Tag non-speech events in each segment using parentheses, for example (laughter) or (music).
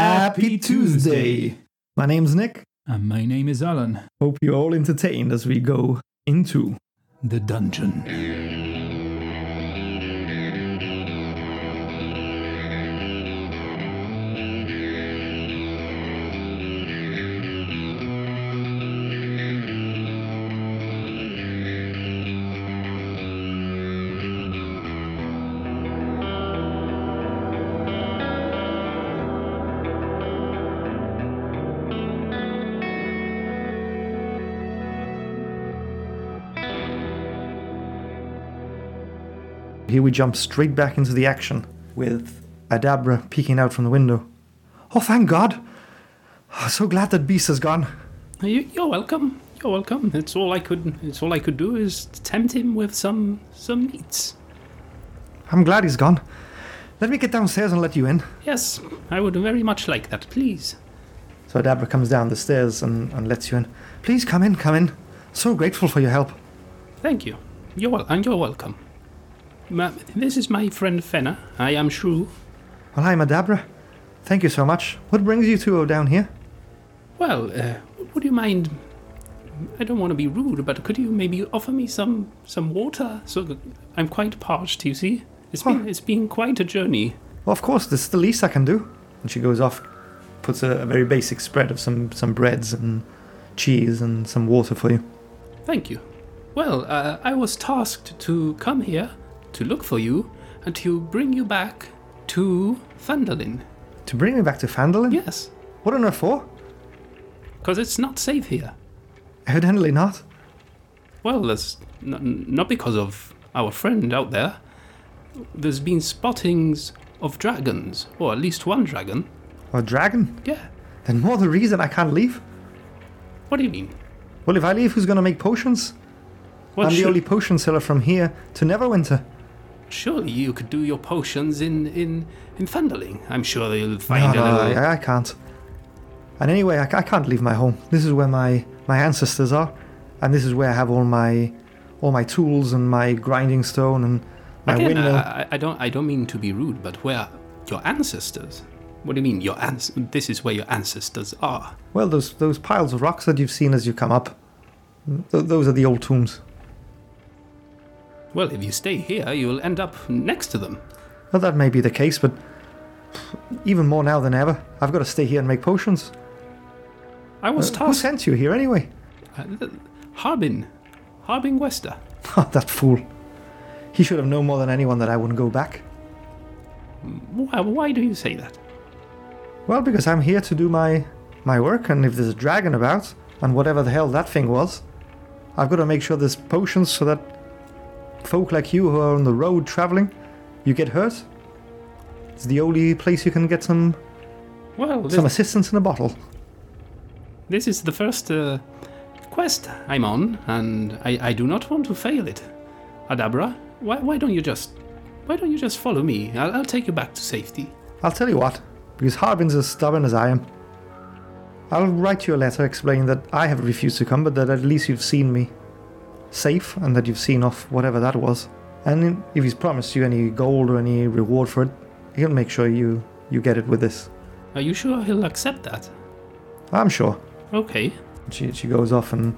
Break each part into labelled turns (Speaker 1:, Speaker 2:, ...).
Speaker 1: Happy Tuesday! My name's Nick.
Speaker 2: And my name is Alan,
Speaker 1: Hope you're all entertained as we go into.
Speaker 2: the dungeon.
Speaker 1: Here we jump straight back into the action with Adabra peeking out from the window. Oh, thank God! I'm so glad that beast is gone.
Speaker 3: You, you're welcome. You're welcome. It's all I could. It's all I could do is tempt him with some some meats.
Speaker 1: I'm glad he's gone. Let me get downstairs and let you in.
Speaker 3: Yes, I would very much like that, please.
Speaker 1: So Adabra comes down the stairs and, and lets you in. Please come in, come in. So grateful for your help.
Speaker 3: Thank you. You're wel- and you're welcome. Ma- this is my friend Fenner. I am Shrew.
Speaker 1: Well, I'm Adabra. Thank you so much. What brings you two down here?
Speaker 3: Well, uh, would you mind? I don't want to be rude, but could you maybe offer me some some water? So that I'm quite parched. You see, it's been it's been quite a journey.
Speaker 1: Well, of course, this is the least I can do. And she goes off, puts a, a very basic spread of some, some breads and cheese and some water for you.
Speaker 3: Thank you. Well, uh, I was tasked to come here to look for you and to bring you back to Thunderlin.
Speaker 1: To bring me back to Fandolin?
Speaker 3: Yes,
Speaker 1: What on earth for?
Speaker 3: because it's not safe here.
Speaker 1: Evidently not.
Speaker 3: Well, that's n- not because of our friend out there. There's been spottings of dragons, or at least one dragon.
Speaker 1: Or dragon?
Speaker 3: Yeah.
Speaker 1: Then more the reason I can't leave.
Speaker 3: What do you mean?
Speaker 1: Well, if I leave, who's gonna make potions?
Speaker 3: Well,
Speaker 1: I'm
Speaker 3: su-
Speaker 1: the only potion seller from here to Neverwinter.
Speaker 3: surely you could do your potions in in in Thunderling. I'm sure they'll
Speaker 1: No,
Speaker 3: find
Speaker 1: no,
Speaker 3: a little.
Speaker 1: Ah, I, I can't. And anyway, I, ca- I can't leave my home. This is where my, my ancestors are, and this is where I have all my all my tools and my grinding stone and my
Speaker 3: Again,
Speaker 1: windmill.
Speaker 3: I, uh, I- I don't. I don't mean to be rude, but where your ancestors? What do you mean your ans? This is where your ancestors are.
Speaker 1: Well, those those piles of rocks that you've seen as you come up, th- those are the old tombs.
Speaker 3: Well, if you stay here, you'll end up next to them.
Speaker 1: Well, that may be the case, but even more now than ever, I've got to stay here and make potions.
Speaker 3: I was
Speaker 1: Uh, Who
Speaker 3: tasked.
Speaker 1: sent you here anyway? (laughs)
Speaker 3: Uh, Harbin, Harbin Wester.
Speaker 1: Oh, that fool. He should have known more than anyone that I wouldn't go back.
Speaker 3: Why, why do you say that?
Speaker 1: Well, because I'm here to do my my work, and if there's a dragon about, and whatever the hell that thing was, I've got to make sure there's potions so that folk like you who are on the road traveling, you get hurt. It's the only place you can get some
Speaker 3: Well, this,
Speaker 1: some assistance in a bottle.
Speaker 3: this is the first uh, quest I'm on, and I, I do not want to fail it. Adabra, why, why don't you just, why don't you just follow me? I'll, I'll take you back to safety.
Speaker 1: I'll tell you what, because Harbin's as stubborn as I am. I'll write you a letter explaining that I have refused to come, but that at least you've seen me safe and that you've seen off whatever that was. And if he's promised you any gold or any reward for it, he'll make sure you, you get it with this.
Speaker 3: Are you sure he'll accept that?
Speaker 1: I'm sure.
Speaker 3: Okay.
Speaker 1: And She, she goes off and.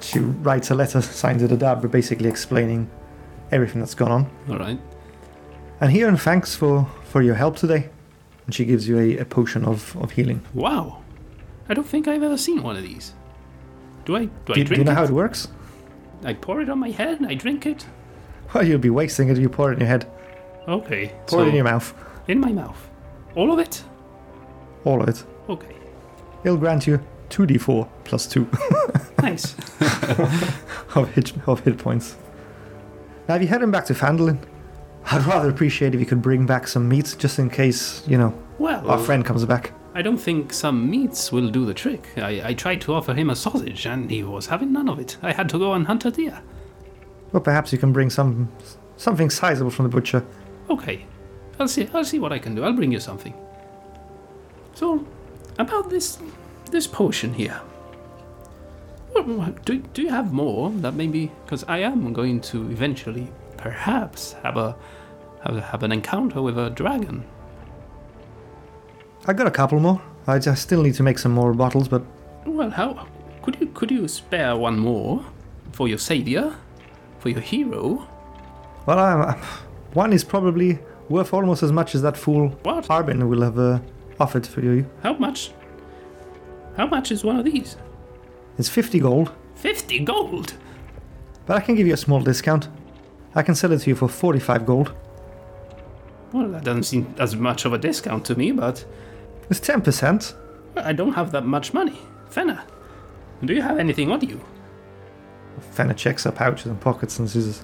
Speaker 1: She writes a letter signed to the dad, basically explaining everything that's gone on.
Speaker 3: All right.
Speaker 1: And here and thanks for, for your help today. And she gives you a, a potion of, of healing.
Speaker 3: Wow. I don't think I've ever seen one of these. Do I? Do I
Speaker 1: Do, you-
Speaker 3: drink
Speaker 1: do you know
Speaker 3: it?
Speaker 1: how it works?
Speaker 3: I pour it on my head. and I drink it.
Speaker 1: Well, you'll be wasting it if you pour it in your head.
Speaker 3: Okay.
Speaker 1: Pour it in your mouth.
Speaker 3: in my mouth. All of it.
Speaker 1: All of it.
Speaker 3: Okay.
Speaker 1: It'll grant you 2d4 plus 2
Speaker 3: Nice.
Speaker 1: (laughs) of hit, of hit points. Now, if you head him back to Fandolin, I'd rather appreciate if you could bring back some meat just in case, you know,
Speaker 3: well,
Speaker 1: our friend comes back.
Speaker 3: I don't think some meats will do the trick. I, I tried to offer him a sausage, and he was having none of it. I had to go and hunt a deer.
Speaker 1: Well, perhaps you can bring some something sizable from the butcher.
Speaker 3: Okay. I'll see. I'll see what I can do. I'll bring you something. So, about this this potion here. What- what- Do, do you have more that maybe because I am going to eventually perhaps have a have, have an encounter with a dragon.
Speaker 1: I got a couple more. I just still need to make some more bottles, but
Speaker 3: Well, how could you could you spare one more for your savior, for your hero?
Speaker 1: well, I, one is probably worth almost as much as that fool
Speaker 3: What?
Speaker 1: Harbin will have uh, offered for you.
Speaker 3: How much? How much is one of these?
Speaker 1: It's 50 gold,
Speaker 3: Fifty gold.
Speaker 1: but I can give you a small discount. I can sell it to you for 45 gold.
Speaker 3: Well, that doesn't seem as much of a discount to me, but
Speaker 1: It's 10%.
Speaker 3: I don't have that much money. Fenna, do you have anything on you?
Speaker 1: Fenner checks her pouches and pockets and says,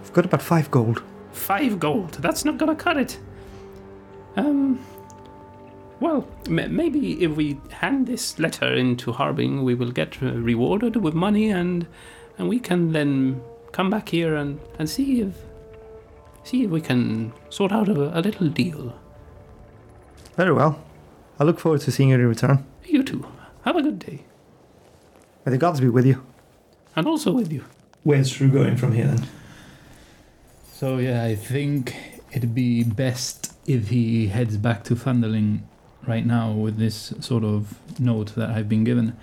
Speaker 1: I've got about 5 gold.
Speaker 3: Five gold. That's not gonna cut it. Um. Well, m- maybe if we hand this letter into Harbing, we will get uh, rewarded with money, and and we can then come back here and and see if see if we can sort out a, a little deal.
Speaker 1: Very well. I look forward to seeing you in return.
Speaker 3: You two, have a good day,
Speaker 1: May the gods be with you.
Speaker 3: and also with you.
Speaker 1: Where's Shrew going from here then?
Speaker 2: So yeah, I think it'd be best if he heads back to Thunderling right now with this sort of note that I've been given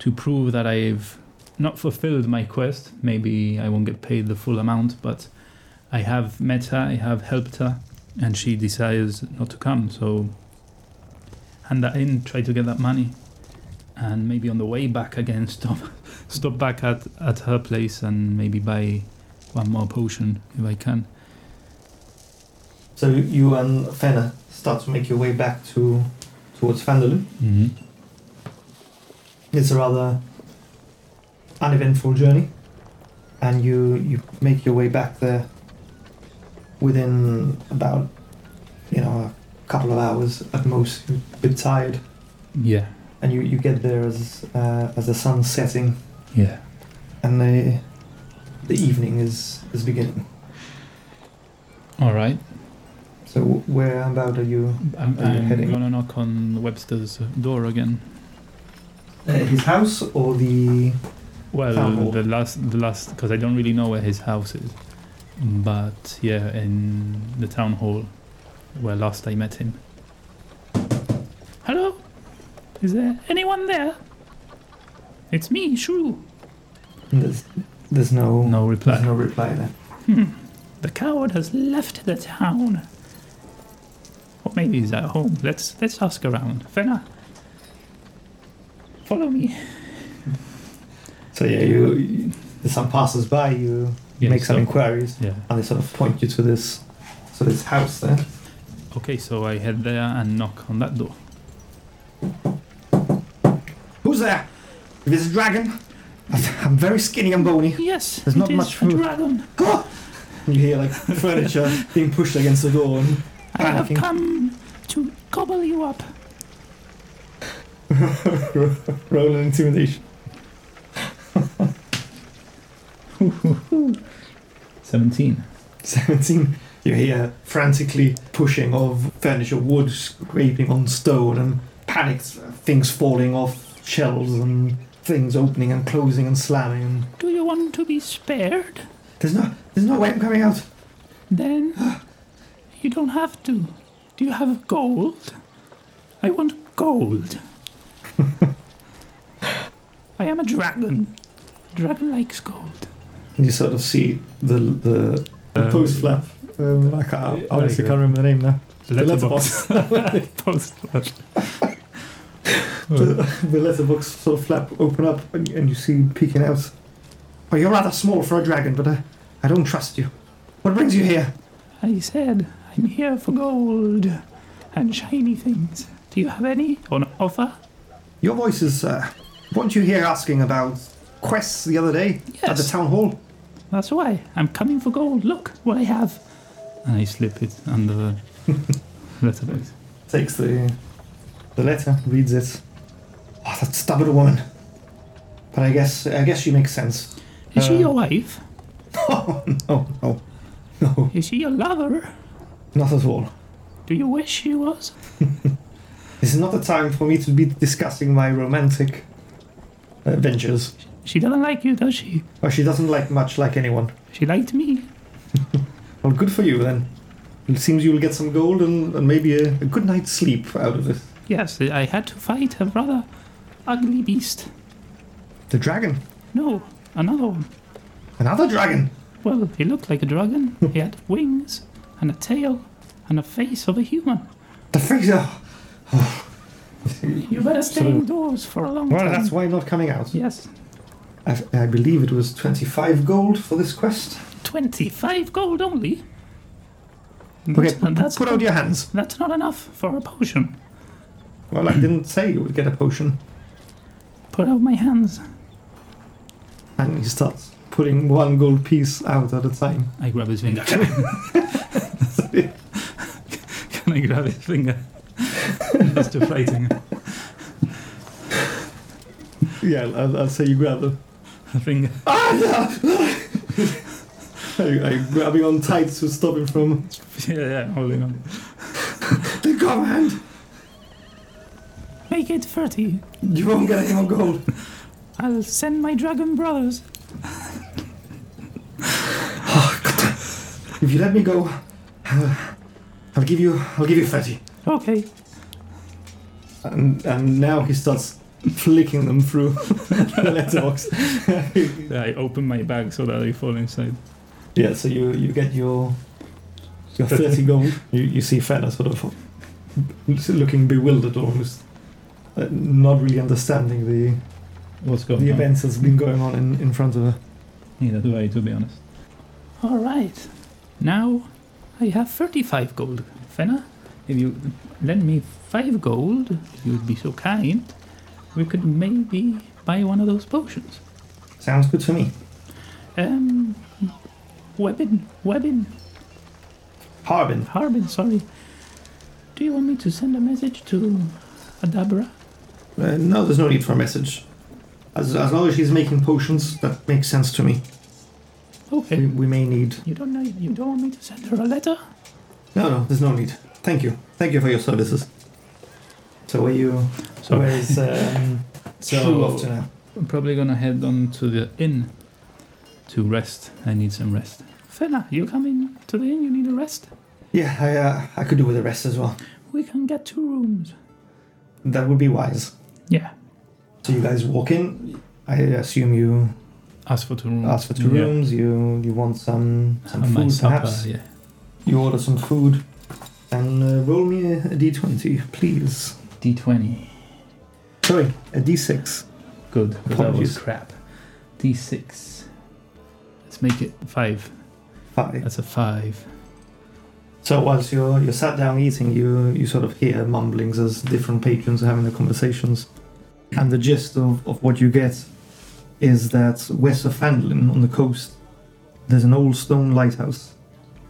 Speaker 2: to prove that I've not fulfilled my quest. Maybe I won't get paid the full amount, but I have met her, I have helped her, and she desires not to come. So hand that in, try to get that money, and maybe on the way back again, (laughs) stop stop back at at her place and maybe buy one more potion if I can.
Speaker 1: So you and Fenner start to make your way back to towards Fandaloo.
Speaker 2: Mm-hmm.
Speaker 1: It's a rather uneventful journey, and you you make your way back there within about you know a couple of hours at most. You're a bit tired,
Speaker 2: Yeah,
Speaker 1: and you, you get there as uh, as the sun's setting
Speaker 2: yeah.
Speaker 1: and the the evening is is beginning.
Speaker 2: All right.
Speaker 1: So where about are you?
Speaker 2: I'm,
Speaker 1: Are you
Speaker 2: I'm
Speaker 1: heading?
Speaker 2: gonna knock on Webster's door again.
Speaker 1: Uh, his house or the
Speaker 2: Well,
Speaker 1: Town hall.
Speaker 2: the last, the last, because I don't really know where his house is, but yeah, in the town hall, where last I met him. Hello, is there anyone there? It's me, Shrew.
Speaker 1: there's there's no
Speaker 2: No reply.
Speaker 1: there's no reply there.
Speaker 2: The coward has left the town. Or maybe he's at home. Let's let's ask around. Fenna, follow me.
Speaker 1: So yeah, you, you as some passers by, you make some inquiries,
Speaker 2: Yeah.
Speaker 1: and they sort of point you to this, so this house there.
Speaker 2: Okay, so I head there and knock on that door.
Speaker 1: Who's there? If it's a dragon, I'm very skinny and bony.
Speaker 3: Yes,
Speaker 1: There's not
Speaker 3: it is
Speaker 1: much
Speaker 3: a
Speaker 1: food.
Speaker 3: dragon.
Speaker 1: And you hear (laughs) like furniture being pushed against the door. And (laughs)
Speaker 3: I have
Speaker 1: panicking.
Speaker 3: come to gobble you up.
Speaker 1: Roll an intimidation.
Speaker 2: Seventeen.
Speaker 1: Seventeen. You hear frantically pushing of furniture, wood scraping on stone, and panics, things falling off shelves, and things opening and closing and slamming. And
Speaker 3: Do you want to be spared?
Speaker 1: there's no, there's no way I'm coming out.
Speaker 3: Then you don't have to. Do you have gold? I want gold. (laughs) I am a dragon. Dragon likes gold.
Speaker 1: And you sort of see the the, the
Speaker 2: Um,
Speaker 1: post flap. Um, I can't, I honestly
Speaker 2: There you go.
Speaker 1: can't remember the name now. The
Speaker 2: Letterbox.
Speaker 1: letterbox.
Speaker 2: (laughs) Oh.
Speaker 1: the, the letterbox sort of flap open up and, and you see peeking out. Oh, you're rather small for a dragon, but I, I don't trust you. What brings you here?
Speaker 3: I said, I'm here for gold and shiny things. Do you have any on offer?
Speaker 1: Your voice is. Uh, weren't you here asking about quests the other day at the
Speaker 3: Yes.
Speaker 1: town hall?
Speaker 3: That's why I'm coming for gold. Look what I have.
Speaker 2: and I slip it under
Speaker 1: (laughs)
Speaker 2: the letterbox.
Speaker 1: Takes the the letter, reads it. Oh, that stubborn woman. But I guess I guess she makes sense.
Speaker 3: Is she
Speaker 1: Uh,
Speaker 3: your wife?
Speaker 1: Oh no, no, (laughs) no,
Speaker 3: Is she your lover?
Speaker 1: not at all.
Speaker 3: Do you wish she was?
Speaker 1: This is not the time for me to be discussing my romantic uh, ventures.
Speaker 3: She doesn't like you, does she?
Speaker 1: Oh, she doesn't like much like anyone.
Speaker 3: She liked me.
Speaker 1: Well, good for you then. It seems you'll get some gold and, and maybe a, a good night's sleep out of this.
Speaker 3: Yes, I had to fight a rather ugly beast.
Speaker 1: The dragon.
Speaker 3: No, another one.
Speaker 1: Another dragon.
Speaker 3: Well, he looked like a dragon. he had wings and a tail and a face of a human.
Speaker 1: The freezer. (sighs)
Speaker 3: You better stay
Speaker 1: Sort of-
Speaker 3: indoors for a long
Speaker 1: Well,
Speaker 3: time.
Speaker 1: that's why not coming out.
Speaker 3: Yes,
Speaker 1: I, I believe it was 25 gold for this quest.
Speaker 3: 25 gold only.
Speaker 1: Okay,
Speaker 3: And that's,
Speaker 1: put out your hands.
Speaker 3: that's not enough for a potion.
Speaker 1: Well, I didn't say you would get a potion.
Speaker 3: Put out my hands.
Speaker 1: And he starts putting one gold piece out at a time.
Speaker 2: I grab
Speaker 1: (laughs)
Speaker 2: his finger. Can I grab his finger? Just to fighting.
Speaker 1: Yeah, I'll, I'll say you grab them.
Speaker 2: A finger. (laughs)
Speaker 1: Are you, are you grabbing on tight to stop him from
Speaker 2: Yeah, yeah, holding on.
Speaker 1: the command?
Speaker 3: Make it 30.
Speaker 1: You won't get any more (laughs) gold.
Speaker 3: I'll send my dragon brothers.
Speaker 1: Oh, If you let me go, uh, I'll give you. I'll give you thirty.
Speaker 3: Okay.
Speaker 1: And and now he starts flicking them through (laughs) the letterbox. (laughs)
Speaker 2: Yeah, I open my bag so that they fall inside.
Speaker 1: yeah, so you you get your your thirty gold. You you see Fenner sort of looking bewildered, almost uh, not really understanding the
Speaker 2: What's going
Speaker 1: the
Speaker 2: on?
Speaker 1: events that's been going on in, in front of her.
Speaker 2: Neither do I, to be honest.
Speaker 3: All right. Now I have 35 gold. Fenna, if you lend me 5 gold, if you'd be so kind, we could maybe buy one of those potions.
Speaker 1: Sounds good to me.
Speaker 3: Um, Webbin, Webbin,
Speaker 1: Harbin.
Speaker 3: Harbin, sorry. Do you want me to send a message to Adabra?
Speaker 1: Uh, no, there's no need for a message. As, as long as she's making potions, that makes sense to me. We,
Speaker 3: Okay.
Speaker 1: we may need.
Speaker 3: You don't know, you don't want me to send her a letter?
Speaker 1: No, no, there's no need. Thank you. Thank you for your services. So where you? So where (laughs) is um,
Speaker 2: So-
Speaker 1: Shrew off to now?
Speaker 2: I'm probably gonna head on to the inn to rest. I need some rest.
Speaker 3: Fenna, you come in to the inn, you need a rest?
Speaker 1: Yeah, I uh, I could do with a rest as well.
Speaker 3: We can get two rooms.
Speaker 1: That would be wise.
Speaker 3: Yeah.
Speaker 1: So you guys walk in. I assume you
Speaker 2: Ask for two rooms.
Speaker 1: ask for two
Speaker 2: Yeah.
Speaker 1: rooms. You you want some some
Speaker 2: And my
Speaker 1: food
Speaker 2: supper,
Speaker 1: perhaps.
Speaker 2: yeah.
Speaker 1: You order some food, and uh, roll me a a d20, please.
Speaker 2: D20.
Speaker 1: Sorry, a d6.
Speaker 2: Good. 'cause That
Speaker 1: Apologies.
Speaker 2: was crap. D6. Let's make it five.
Speaker 1: Five.
Speaker 2: That's a five.
Speaker 1: So whilst you're you're sat down eating, you you sort of hear mumblings as different patrons are having their conversations. And the gist of, of what you get is that west of Fandolin on the coast, there's an old stone lighthouse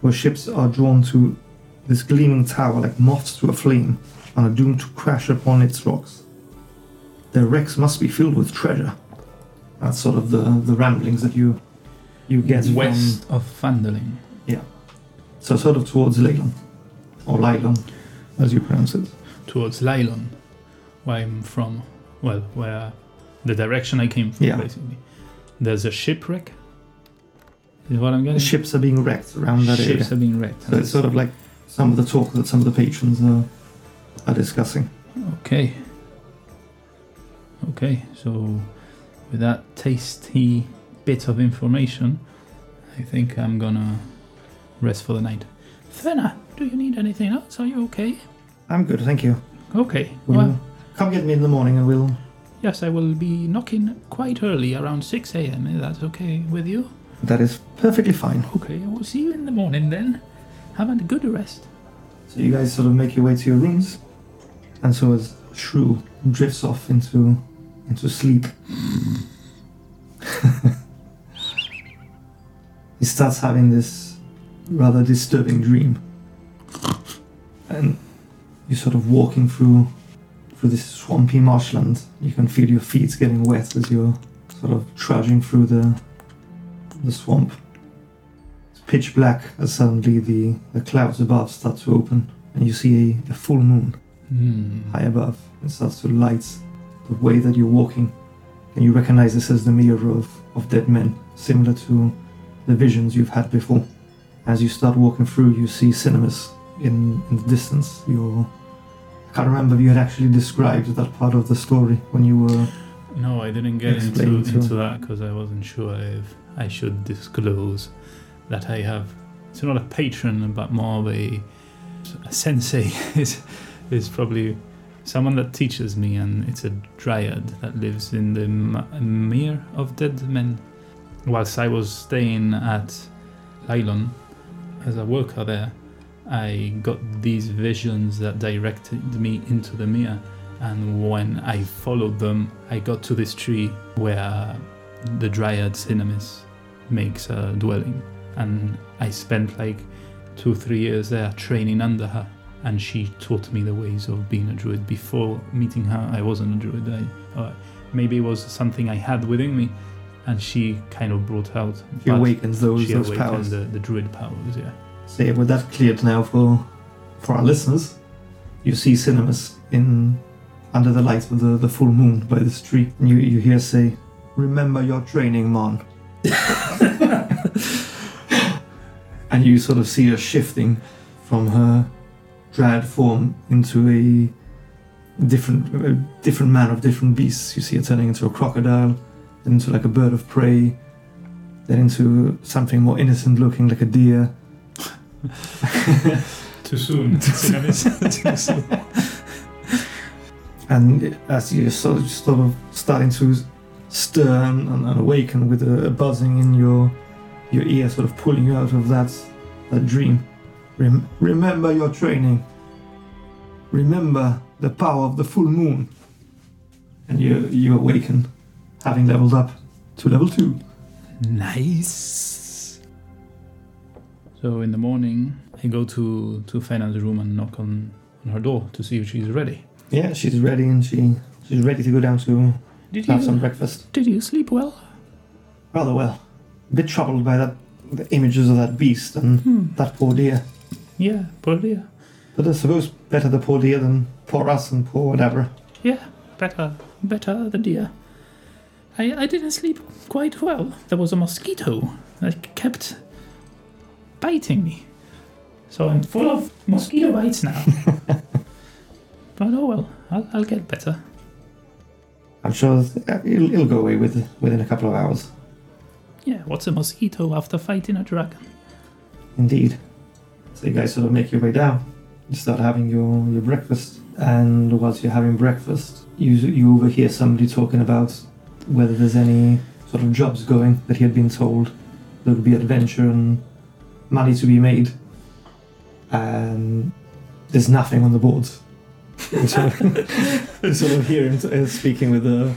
Speaker 1: where ships are drawn to this gleaming tower like moths to a flame and are doomed to crash upon its rocks. Their wrecks must be filled with treasure. That's sort of the, the ramblings that you you get from-
Speaker 2: west of Fandling.
Speaker 1: so sort of towards Leyland, or Leyland, as you pronounce it.
Speaker 2: towards Lylon, where I'm from. Well, where the direction I came from,
Speaker 1: Yeah.
Speaker 2: basically. There's a shipwreck. Is what I'm getting.
Speaker 1: The ships are being wrecked around that area.
Speaker 2: Ships are being wrecked.
Speaker 1: So it's sort of like some of the talk that some of the patrons are, are discussing.
Speaker 2: Okay. Okay, so with that tasty bit of information, I think I'm gonna rest for the night.
Speaker 3: Fenna, do you need anything else? Are you okay?
Speaker 1: I'm good, thank you.
Speaker 3: Okay.
Speaker 1: Will
Speaker 3: Well,
Speaker 1: you come get me in the morning and we'll.
Speaker 3: yes, I will be knocking quite early, around 6 a.m. Is that okay with you?
Speaker 1: That is perfectly fine.
Speaker 3: Okay, I will see you in the morning then. Have a good rest.
Speaker 1: So you guys sort of make your way to your rooms, and so as Shrew drifts off into into sleep, (laughs) he starts having this rather disturbing dream, and you're sort of walking through through this swampy marshland. You can feel your feet getting wet as you're sort of trudging through the the swamp. It's pitch black as suddenly the, the clouds above start to open and you see a, a full moon
Speaker 2: Hmm.
Speaker 1: high above and starts to light the way that you're walking. And you recognize this as the mirror of, of dead men, similar to the visions you've had before. As you start walking through, you see cinemas in, in the distance. You're. I can't remember if you had actually described that part of the story when you were.
Speaker 2: No, I didn't get
Speaker 1: Explain
Speaker 2: into,
Speaker 1: to
Speaker 2: into that because I wasn't sure if I should disclose that I have. It's not a patron, but more of a, a sensei. (laughs) is is probably someone that teaches me, and it's a dryad that lives in the M- mere of dead men. Whilst I was staying at Lylon as a worker there, I got these visions that directed me into the mere and when I followed them, I got to this tree where the Dryad Cinemis makes a dwelling, and I spent like two, three years there training under her, and she taught me the ways of being a druid. Before meeting her, I wasn't a druid. I, or maybe it was something I had within me, and she kind of brought out.
Speaker 1: She
Speaker 2: but
Speaker 1: awakens those,
Speaker 2: she
Speaker 1: those
Speaker 2: awakened
Speaker 1: powers.
Speaker 2: The, the druid powers. Yeah.
Speaker 1: So yeah, with that cleared now for for our listeners, you see cinemas in under the lights of the, the full moon by this tree. And you, you hear say, Remember your training, Mon. (laughs) and you sort of see her shifting from her drad form into a different a different man of different beasts. You see her turning into a crocodile, then into like a bird of prey, then into something more innocent looking like a deer.
Speaker 2: Too soon. (laughs) Too soon.
Speaker 1: and as you're sort of, sort of starting to stir and, and, and awaken with a, a buzzing in your your ear, sort of pulling you out of that that dream. Rem- remember your training. Remember the power of the full moon. And you you awaken, having leveled up to level two.
Speaker 2: Nice. So in the morning, I go to to Fena's room and knock on, on her door to see if she's ready.
Speaker 1: Yeah, she's ready and she she's ready to go down to
Speaker 3: Did
Speaker 1: have some
Speaker 3: you,
Speaker 1: breakfast.
Speaker 3: did you sleep well?
Speaker 1: Rather well. A bit troubled by that the images of that beast and
Speaker 2: Hmm.
Speaker 1: that poor deer.
Speaker 2: Yeah, poor dear.
Speaker 1: But I suppose better the poor dear than poor us and poor whatever.
Speaker 3: Yeah, better, better the deer. I, I didn't sleep quite well. There was a mosquito that kept biting me. So I'm full of mosquito bites (laughs) now. but oh well, I'll, I'll get better.
Speaker 1: I'm sure th- uh, it'll, it'll go away with, within a couple of hours.
Speaker 3: Yeah, what's a mosquito after fighting a dragon?
Speaker 1: Indeed. So you guys sort of make your way down. You start having your, your breakfast, and whilst you're having breakfast, you you overhear somebody talking about whether there's any sort of jobs going that he had been told there would be adventure and money to be made. And there's nothing on the (laughs) boards. You (laughs) sort of, you sort of hear him uh, speaking with the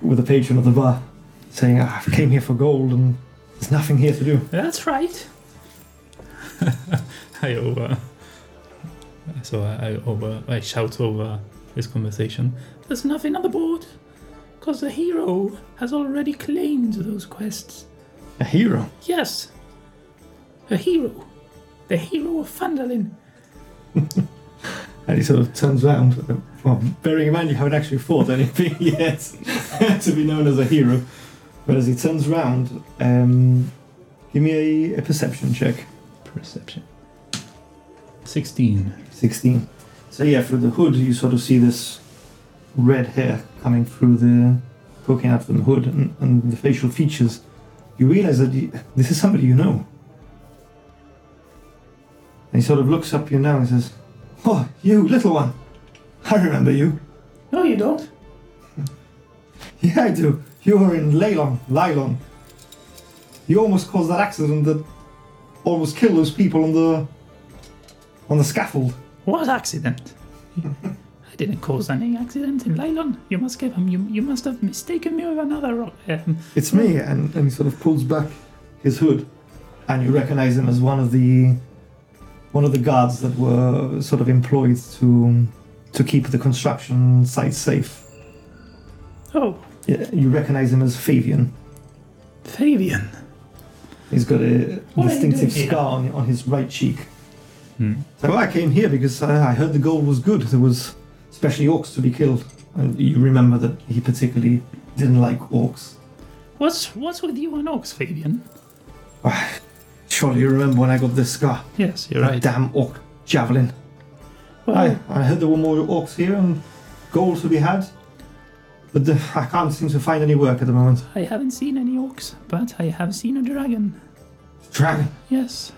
Speaker 1: with the patron of the bar, saying, "Ah, "I came here for gold, and there's nothing here to do."
Speaker 3: That's right.
Speaker 2: I over. So I, I over. I shout over this conversation.
Speaker 3: There's nothing on the board. Because the hero has already claimed those quests.
Speaker 1: A hero.
Speaker 3: Yes. A hero. The hero of Fandolin.
Speaker 1: And he sort of turns around. Well, bearing in mind you haven't actually fought anything (laughs) yet to be known as a hero. But as he turns round, um, give me a, a perception check.
Speaker 2: Perception. Sixteen.
Speaker 1: 16. So, yeah, through the hood, you sort of see this red hair coming through the. poking out from the hood and, and the facial features. You realize that you, this is somebody you know. And he sort of looks up you now and says, Oh, you little one! I remember you.
Speaker 3: No, you don't.
Speaker 1: Yeah, I do. You were in Lylon. Lylon. You almost caused that accident that almost killed those people on the on the scaffold.
Speaker 2: (laughs)
Speaker 3: What accident? I didn't cause any accident in Lylon. You must give
Speaker 2: um,
Speaker 3: him. You, you must have mistaken me with another. ro- Um,
Speaker 1: It's me, and, and he sort of pulls back his hood, and you recognise him as one of the one of the guards that were sort of employed to to keep the construction site safe.
Speaker 3: oh,
Speaker 1: Yeah, You recognise him as Fabian.
Speaker 3: Fabian.
Speaker 1: He's got a
Speaker 3: What are you
Speaker 1: distinctive
Speaker 3: doing here?
Speaker 1: scar on, on his right cheek.
Speaker 2: Hmm.
Speaker 1: So I came here because I, I heard the gold was good. There was especially orcs to be killed, and you remember that he particularly didn't like orcs.
Speaker 3: What's what's with you and Ox, Fabian?
Speaker 1: Surely you remember when I got this scar?
Speaker 2: Yes, you're
Speaker 1: that
Speaker 2: right.
Speaker 1: damn orc javelin.
Speaker 2: Well,
Speaker 1: I, I heard there were more orcs here and gold to be had, but the, I can't seem to find any work at the moment.
Speaker 2: I haven't seen any orcs, but I have seen a dragon.
Speaker 1: Dragon,
Speaker 2: Yes,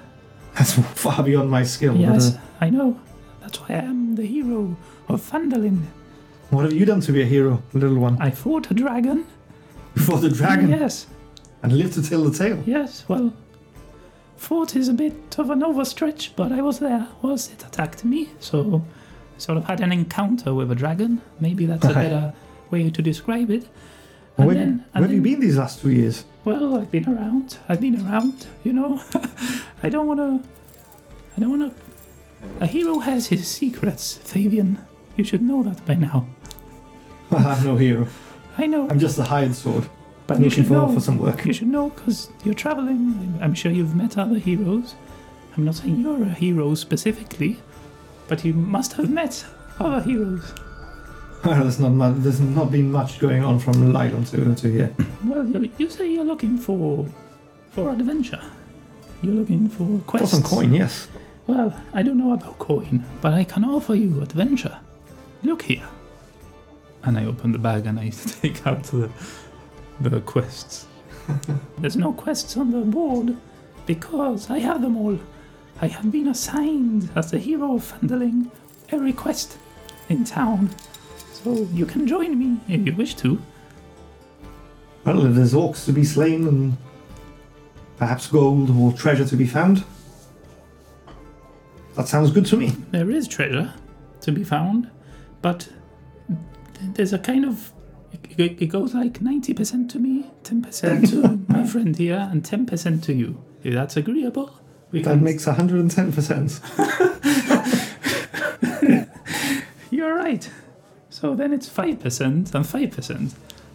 Speaker 1: that's far beyond my skill.
Speaker 2: yes,
Speaker 1: But, uh,
Speaker 2: I know. That's why I am the hero of Fandolin.
Speaker 1: what have you done to be a hero, little one?
Speaker 2: I fought a dragon.
Speaker 1: Before the dragon
Speaker 2: Yes,
Speaker 1: and live to tell the tale.
Speaker 2: yes, well, fought is a bit of an overstretch, but I was there whilst it attacked me, so I sort of had an encounter with a dragon. Maybe that's a
Speaker 1: Right.
Speaker 2: better way to describe it. And
Speaker 1: Where,
Speaker 2: then-
Speaker 1: where
Speaker 2: and
Speaker 1: have you
Speaker 2: then-
Speaker 1: been these last two years? (laughs)
Speaker 2: Well, I've been around. I've been around, you know. (laughs) I don't want to. I don't want to. A hero has his secrets, Fabian. You should know that by now.
Speaker 1: I'm no hero.
Speaker 2: I know,
Speaker 1: I'm just a hired sword.
Speaker 2: but you
Speaker 1: looking
Speaker 2: should
Speaker 1: for,
Speaker 2: know.
Speaker 1: for some work. (laughs)
Speaker 2: You should know because you're traveling. I'm sure you've met other heroes. I'm not saying you're a hero specifically, but you must have met other heroes.
Speaker 1: Well, there's not much, there's not been much going on from Lydon to, to here.
Speaker 2: Well, you, you say you're looking for for adventure. You're looking for
Speaker 1: Got
Speaker 2: quests.
Speaker 1: some coin, yes.
Speaker 2: Well, I don't know about coin, but I can offer you adventure. Look here. And I open the bag and I (laughs) take out the, the (laughs) quests. There's no quests on the board because I have them all. I have been assigned as the hero of Fandling every quest in town. So you can join me if you wish to.
Speaker 1: Well, if there's orcs to be slain and perhaps gold or treasure to be found, that sounds good to me.
Speaker 2: There is treasure to be found, but th- there's a kind of it, it goes like ninety percent to me, ten percent to my friend here, and ten percent to you. If that's agreeable, we
Speaker 1: That makes 110%.
Speaker 2: You're right. So then it's five percent and five percent,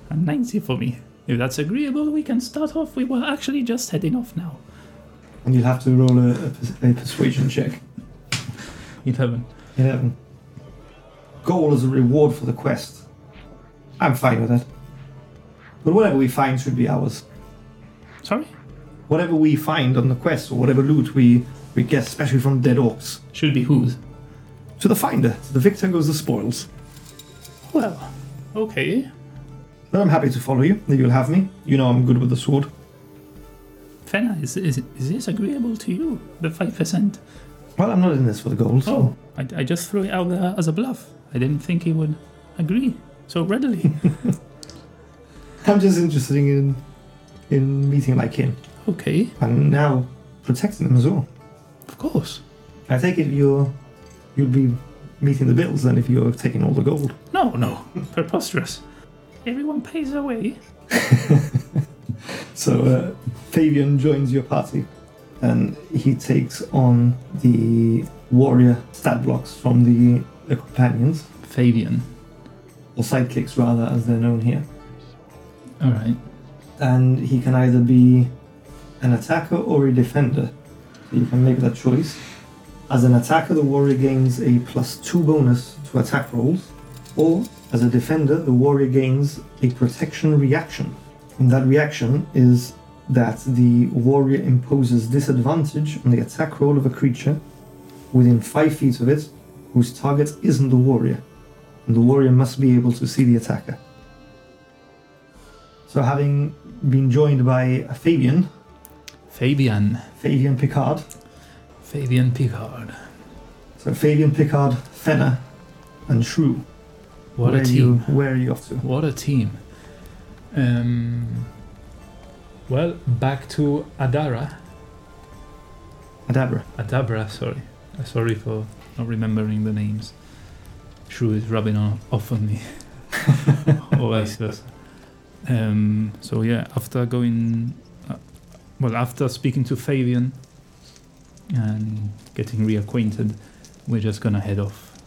Speaker 2: and ninety for me. If that's agreeable, we can start off. We were actually just heading off now.
Speaker 1: And you'll have to roll a, a, pers- a persuasion check.
Speaker 2: Eleven.
Speaker 1: 11. Gold as a reward for the quest. I'm fine with that. But whatever we find should be ours.
Speaker 2: Sorry.
Speaker 1: Whatever we find on the quest or whatever loot we, we get, especially from dead orcs,
Speaker 2: Should be whose?
Speaker 1: to the finder. To the victor goes the spoils.
Speaker 2: Well, okay.
Speaker 1: But I'm happy to follow you, if you'll have me. You know I'm good with the sword.
Speaker 2: Fenna, is, is, is this agreeable to you? The five percent.
Speaker 1: Well, I'm not in this for the gold. so-
Speaker 2: Oh, I, I just threw it out there as a bluff. I didn't think he would agree so (laughs) readily.
Speaker 1: I'm just interested in in meeting like him,
Speaker 2: okay,
Speaker 1: and now protecting them as well.
Speaker 2: of course.
Speaker 1: I take it you're you'll be meeting the bills then if you're taking all the gold.
Speaker 2: No, no, preposterous. Everyone pays their way.
Speaker 1: So uh, Fabian joins your party, and he takes on the warrior stat blocks from the, the companions
Speaker 2: Fabian.
Speaker 1: or sidekicks rather, as they're known here.
Speaker 2: All right.
Speaker 1: and he can either be an attacker or a defender. So you can make that choice. As an attacker, the warrior gains a plus two bonus to attack rolls, or as a defender, the warrior gains a protection reaction. And that reaction is that the warrior imposes disadvantage on the attack roll of a creature within five feet of it whose target isn't the warrior. And the warrior must be able to see the attacker. So, having been joined by a Fabian,
Speaker 2: Fabian.
Speaker 1: Fabian Picard.
Speaker 2: Fabian Picard.
Speaker 1: So Fabian Picard, Fenner, and Shrew.
Speaker 2: What
Speaker 1: where
Speaker 2: a
Speaker 1: are you-
Speaker 2: team.
Speaker 1: where are you off to?
Speaker 2: What a team. Um. Well, back to Adara.
Speaker 1: Adabra.
Speaker 2: Adabra, sorry. Uh, Sorry for not remembering the names. Shrew is rubbing on, off on
Speaker 1: (laughs)
Speaker 2: me. or vice versa. Um, so, yeah, after going. Uh, well, after speaking to Fabian and getting reacquainted, we're just gonna head off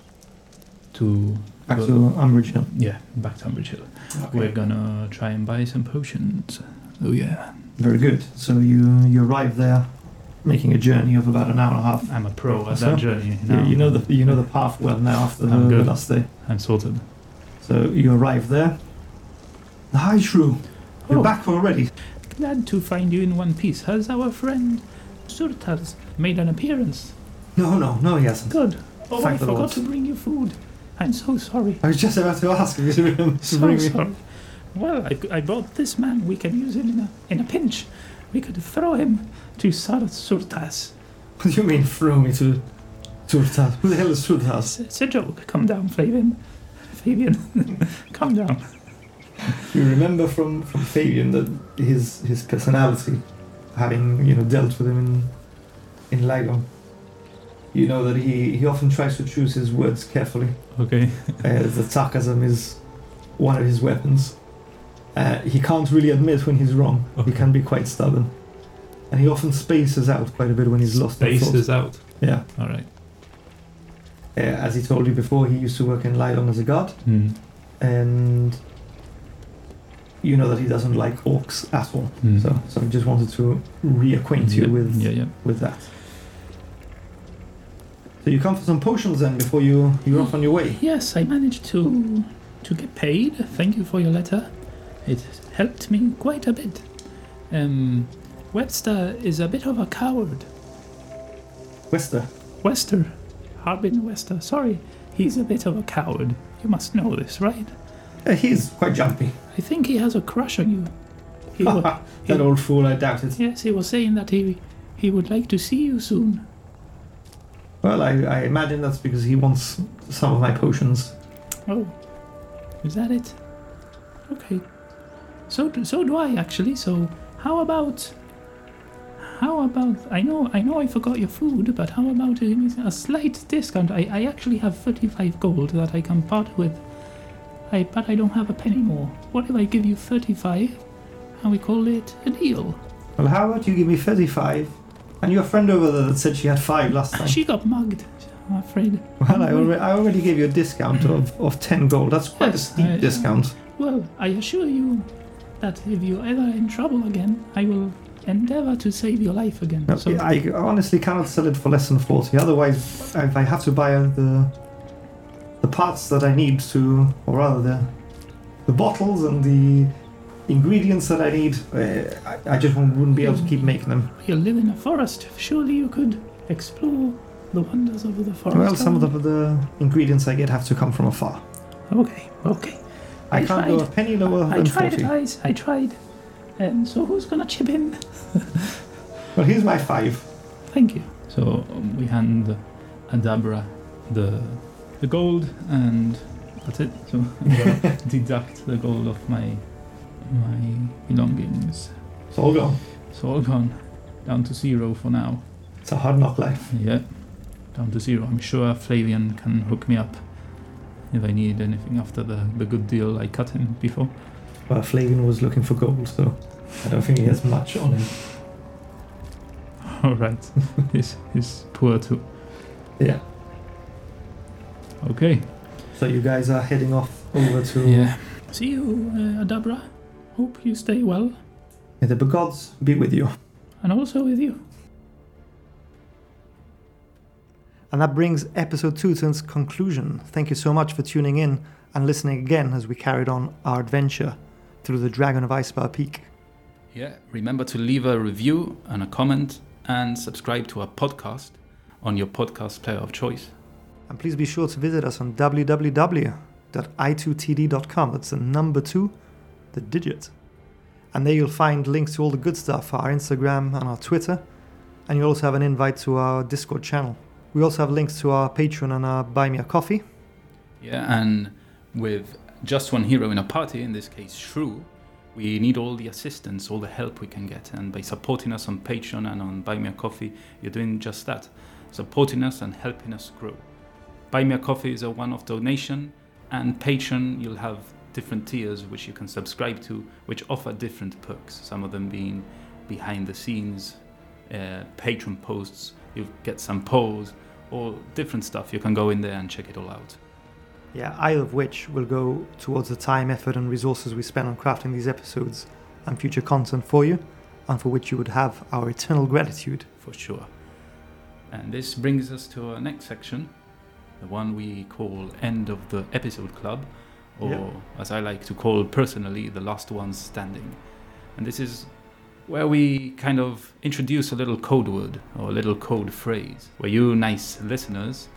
Speaker 2: to.
Speaker 1: Back to Umbridge Hill.
Speaker 2: Yeah, back to Umbridge Hill. We're gonna try and buy some potions. Oh, yeah.
Speaker 1: Very good. So you you arrive there, making a journey of about an hour and a half.
Speaker 2: I'm a pro at
Speaker 1: So,
Speaker 2: that journey.
Speaker 1: You-
Speaker 2: Now.
Speaker 1: You know the you know the path well now after the,
Speaker 2: I'm
Speaker 1: the
Speaker 2: good.
Speaker 1: last day.
Speaker 2: I'm sorted.
Speaker 1: So you arrive there. Hi, Shrew. You're
Speaker 2: Oh.
Speaker 1: back already.
Speaker 2: Glad to find you in one piece. How's our friend
Speaker 3: Surt has made an appearance.
Speaker 1: No, no, no, he hasn't.
Speaker 3: Good. Oh,
Speaker 1: Thank
Speaker 3: I
Speaker 1: the
Speaker 3: forgot
Speaker 1: Lord.
Speaker 3: to bring you food. I'm so sorry.
Speaker 1: I was just about to ask if you remember to
Speaker 3: So
Speaker 1: bring me.
Speaker 3: sorry. Well, I, I brought this man. We can use him in a, in a pinch. We could throw him to Sart Surtas.
Speaker 1: (laughs) What do you mean throw me to Turtas? Who the hell is Turtas?
Speaker 3: It's, it's a joke. Come down, Fabian. Fabian, (laughs) come down.
Speaker 1: You remember from, from Fabian that his his personality, having you know dealt with him in in Ligon, you know that he, he often tries to choose his words carefully.
Speaker 3: Okay.
Speaker 1: (laughs) Uh, the sarcasm is one of his weapons. Uh, he can't really admit when he's wrong. He
Speaker 2: Okay.
Speaker 1: can be quite stubborn, and he often spaces out quite a bit when he's lost. in
Speaker 2: Space
Speaker 1: thought.
Speaker 2: is out.
Speaker 1: Yeah.
Speaker 2: All right.
Speaker 1: Uh, as he told you before, he used to work in Lylon as a guard,
Speaker 2: Mm.
Speaker 1: and you know that he doesn't like orcs at all. So, so I just wanted to reacquaint you with
Speaker 3: Yeah, yeah.
Speaker 1: with that. So you come for some potions then before you you're off on your way.
Speaker 3: Yes, I managed to to get paid. Thank you for your letter. It helped me quite a bit. Um, Webster is a bit of a coward.
Speaker 1: Wester,
Speaker 3: Wester, Harbin Wester. Sorry, he's a bit of a coward. You must know this, right?
Speaker 1: uh, he's quite jumpy.
Speaker 3: I think he has a crush on you.
Speaker 1: (laughs)
Speaker 3: He wa-
Speaker 1: that old fool, I doubt it.
Speaker 3: yes, he was saying that he he would like to see you soon.
Speaker 1: Well, I, I imagine that's because he wants some of my potions.
Speaker 3: Oh, is that it? Okay. So do- so do I actually. So how about how about I know I know I forgot your food, but how about a, a slight discount? I, I actually have thirty five gold that I can part with. I but I don't have a penny more. What if I give you thirty five, and we call it a deal?
Speaker 1: Well, how about you give me 35? And your friend over there that said she had five last time.
Speaker 3: She got mugged. I'm afraid.
Speaker 1: Well, I already, I already gave you a discount of, of 10 gold. That's quite
Speaker 3: Yes,
Speaker 1: a steep
Speaker 3: I-
Speaker 1: discount.
Speaker 3: Well, I assure you that if you're ever in trouble again, I will endeavor to save your life again.
Speaker 1: No,
Speaker 3: so,
Speaker 1: I honestly cannot sell it for less than 40. Otherwise, if I have to buy the the parts that I need to, or rather the, the bottles and the ingredients that I need, uh, I, I just won't- wouldn't be able to keep making them.
Speaker 3: you live in a forest. Surely you could explore the wonders of the forest.
Speaker 1: Well, some of the, the ingredients I get have to come from afar.
Speaker 3: Oh, Okay, okay.
Speaker 1: I,
Speaker 3: I
Speaker 1: can't go a
Speaker 3: tried.
Speaker 1: penny lower
Speaker 3: I
Speaker 1: than
Speaker 3: tried,
Speaker 1: 40.
Speaker 3: guys. I tried. And so, who's gonna chip in?
Speaker 1: Well, here's my five.
Speaker 3: Thank you. So um, we hand Adabra the the gold, and that's it.
Speaker 1: (laughs)
Speaker 3: So I'm gonna deduct the gold off my my belongings.
Speaker 1: It's all gone.
Speaker 3: It's all gone. Down to zero for now.
Speaker 1: It's a hard knock life.
Speaker 3: Yeah. Down to zero. I'm sure Flavian can hook me up if I need anything after the, the good deal I cut him before. (laughs)
Speaker 1: Well, Flavian was looking for gold, so I don't think he has much on him.
Speaker 3: Alright. he's, he's poor too.
Speaker 1: Yeah.
Speaker 3: Okay.
Speaker 1: So you guys are heading off over to.
Speaker 3: Yeah. See you, uh, Adabra. Hope you stay well.
Speaker 1: May the gods be with you.
Speaker 3: And also with you.
Speaker 1: And that brings episode two to its conclusion. Thank you so much for tuning in and listening again as we carried on our adventure through the Dragon of Icebar Peak.
Speaker 2: Yeah, remember to leave a review and a comment and subscribe to our podcast on your podcast player of choice.
Speaker 1: And please be sure to visit us on www.i2td.com. That's the number two, the digit. And there you'll find links to all the good stuff our Instagram and our Twitter. And you'll also have an invite to our Discord channel. We also have links to our Patreon and our Buy Me a Coffee.
Speaker 2: Yeah, and with just one hero in a party, in this case Shrew, we need all the assistance, all the help we can get. And by supporting us on Patreon and on Buy Me a Coffee, you're doing just that supporting us and helping us grow. Buy Me a Coffee is a one off donation, and Patreon, you'll have different tiers which you can subscribe to, which offer different perks, some of them being behind the scenes, uh, patron posts, you'll get some polls, or different stuff. You can go in there and check it all out.
Speaker 1: Yeah, either of which will go towards the time, effort, and resources we spend on crafting these episodes and future content for you, and for which you would have our eternal gratitude.
Speaker 2: for sure. And this brings us to our next section, the one we call End of the Episode Club, or as I like to call personally, The Last One Standing. And this is where we kind of introduce a little code word or a little code phrase where you nice listeners,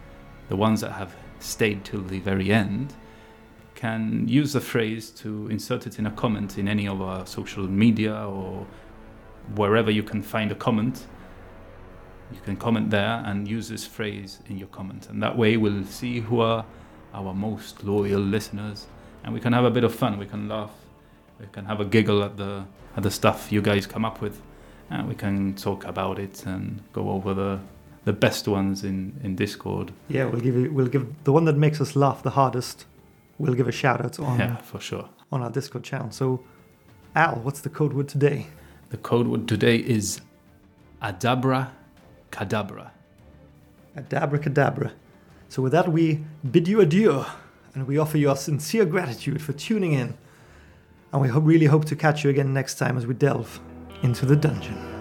Speaker 2: the ones that have stayed till the very end, can use the phrase to insert it in a comment in any of our social media or wherever you can find a comment. You can comment there and use this phrase in your comment. And that way we'll see who are our most loyal listeners and we can have a bit of fun. We can laugh. We can have a giggle at the at the stuff you guys come up with. And we can talk about it and go over the the best ones in, in Discord.
Speaker 1: Yeah, we'll give you, we'll give the one that makes us laugh the hardest. We'll give a shout out on
Speaker 2: Yeah, for sure.
Speaker 1: (laughs) on our Discord channel. So, Al, what's the code word today?
Speaker 2: The code word today is Adabra Cadabra.
Speaker 1: Abracadabra. So with that, we bid you adieu, and we offer you our sincere gratitude for tuning in. And we hope, really hope to catch you again next time as we delve into the dungeon.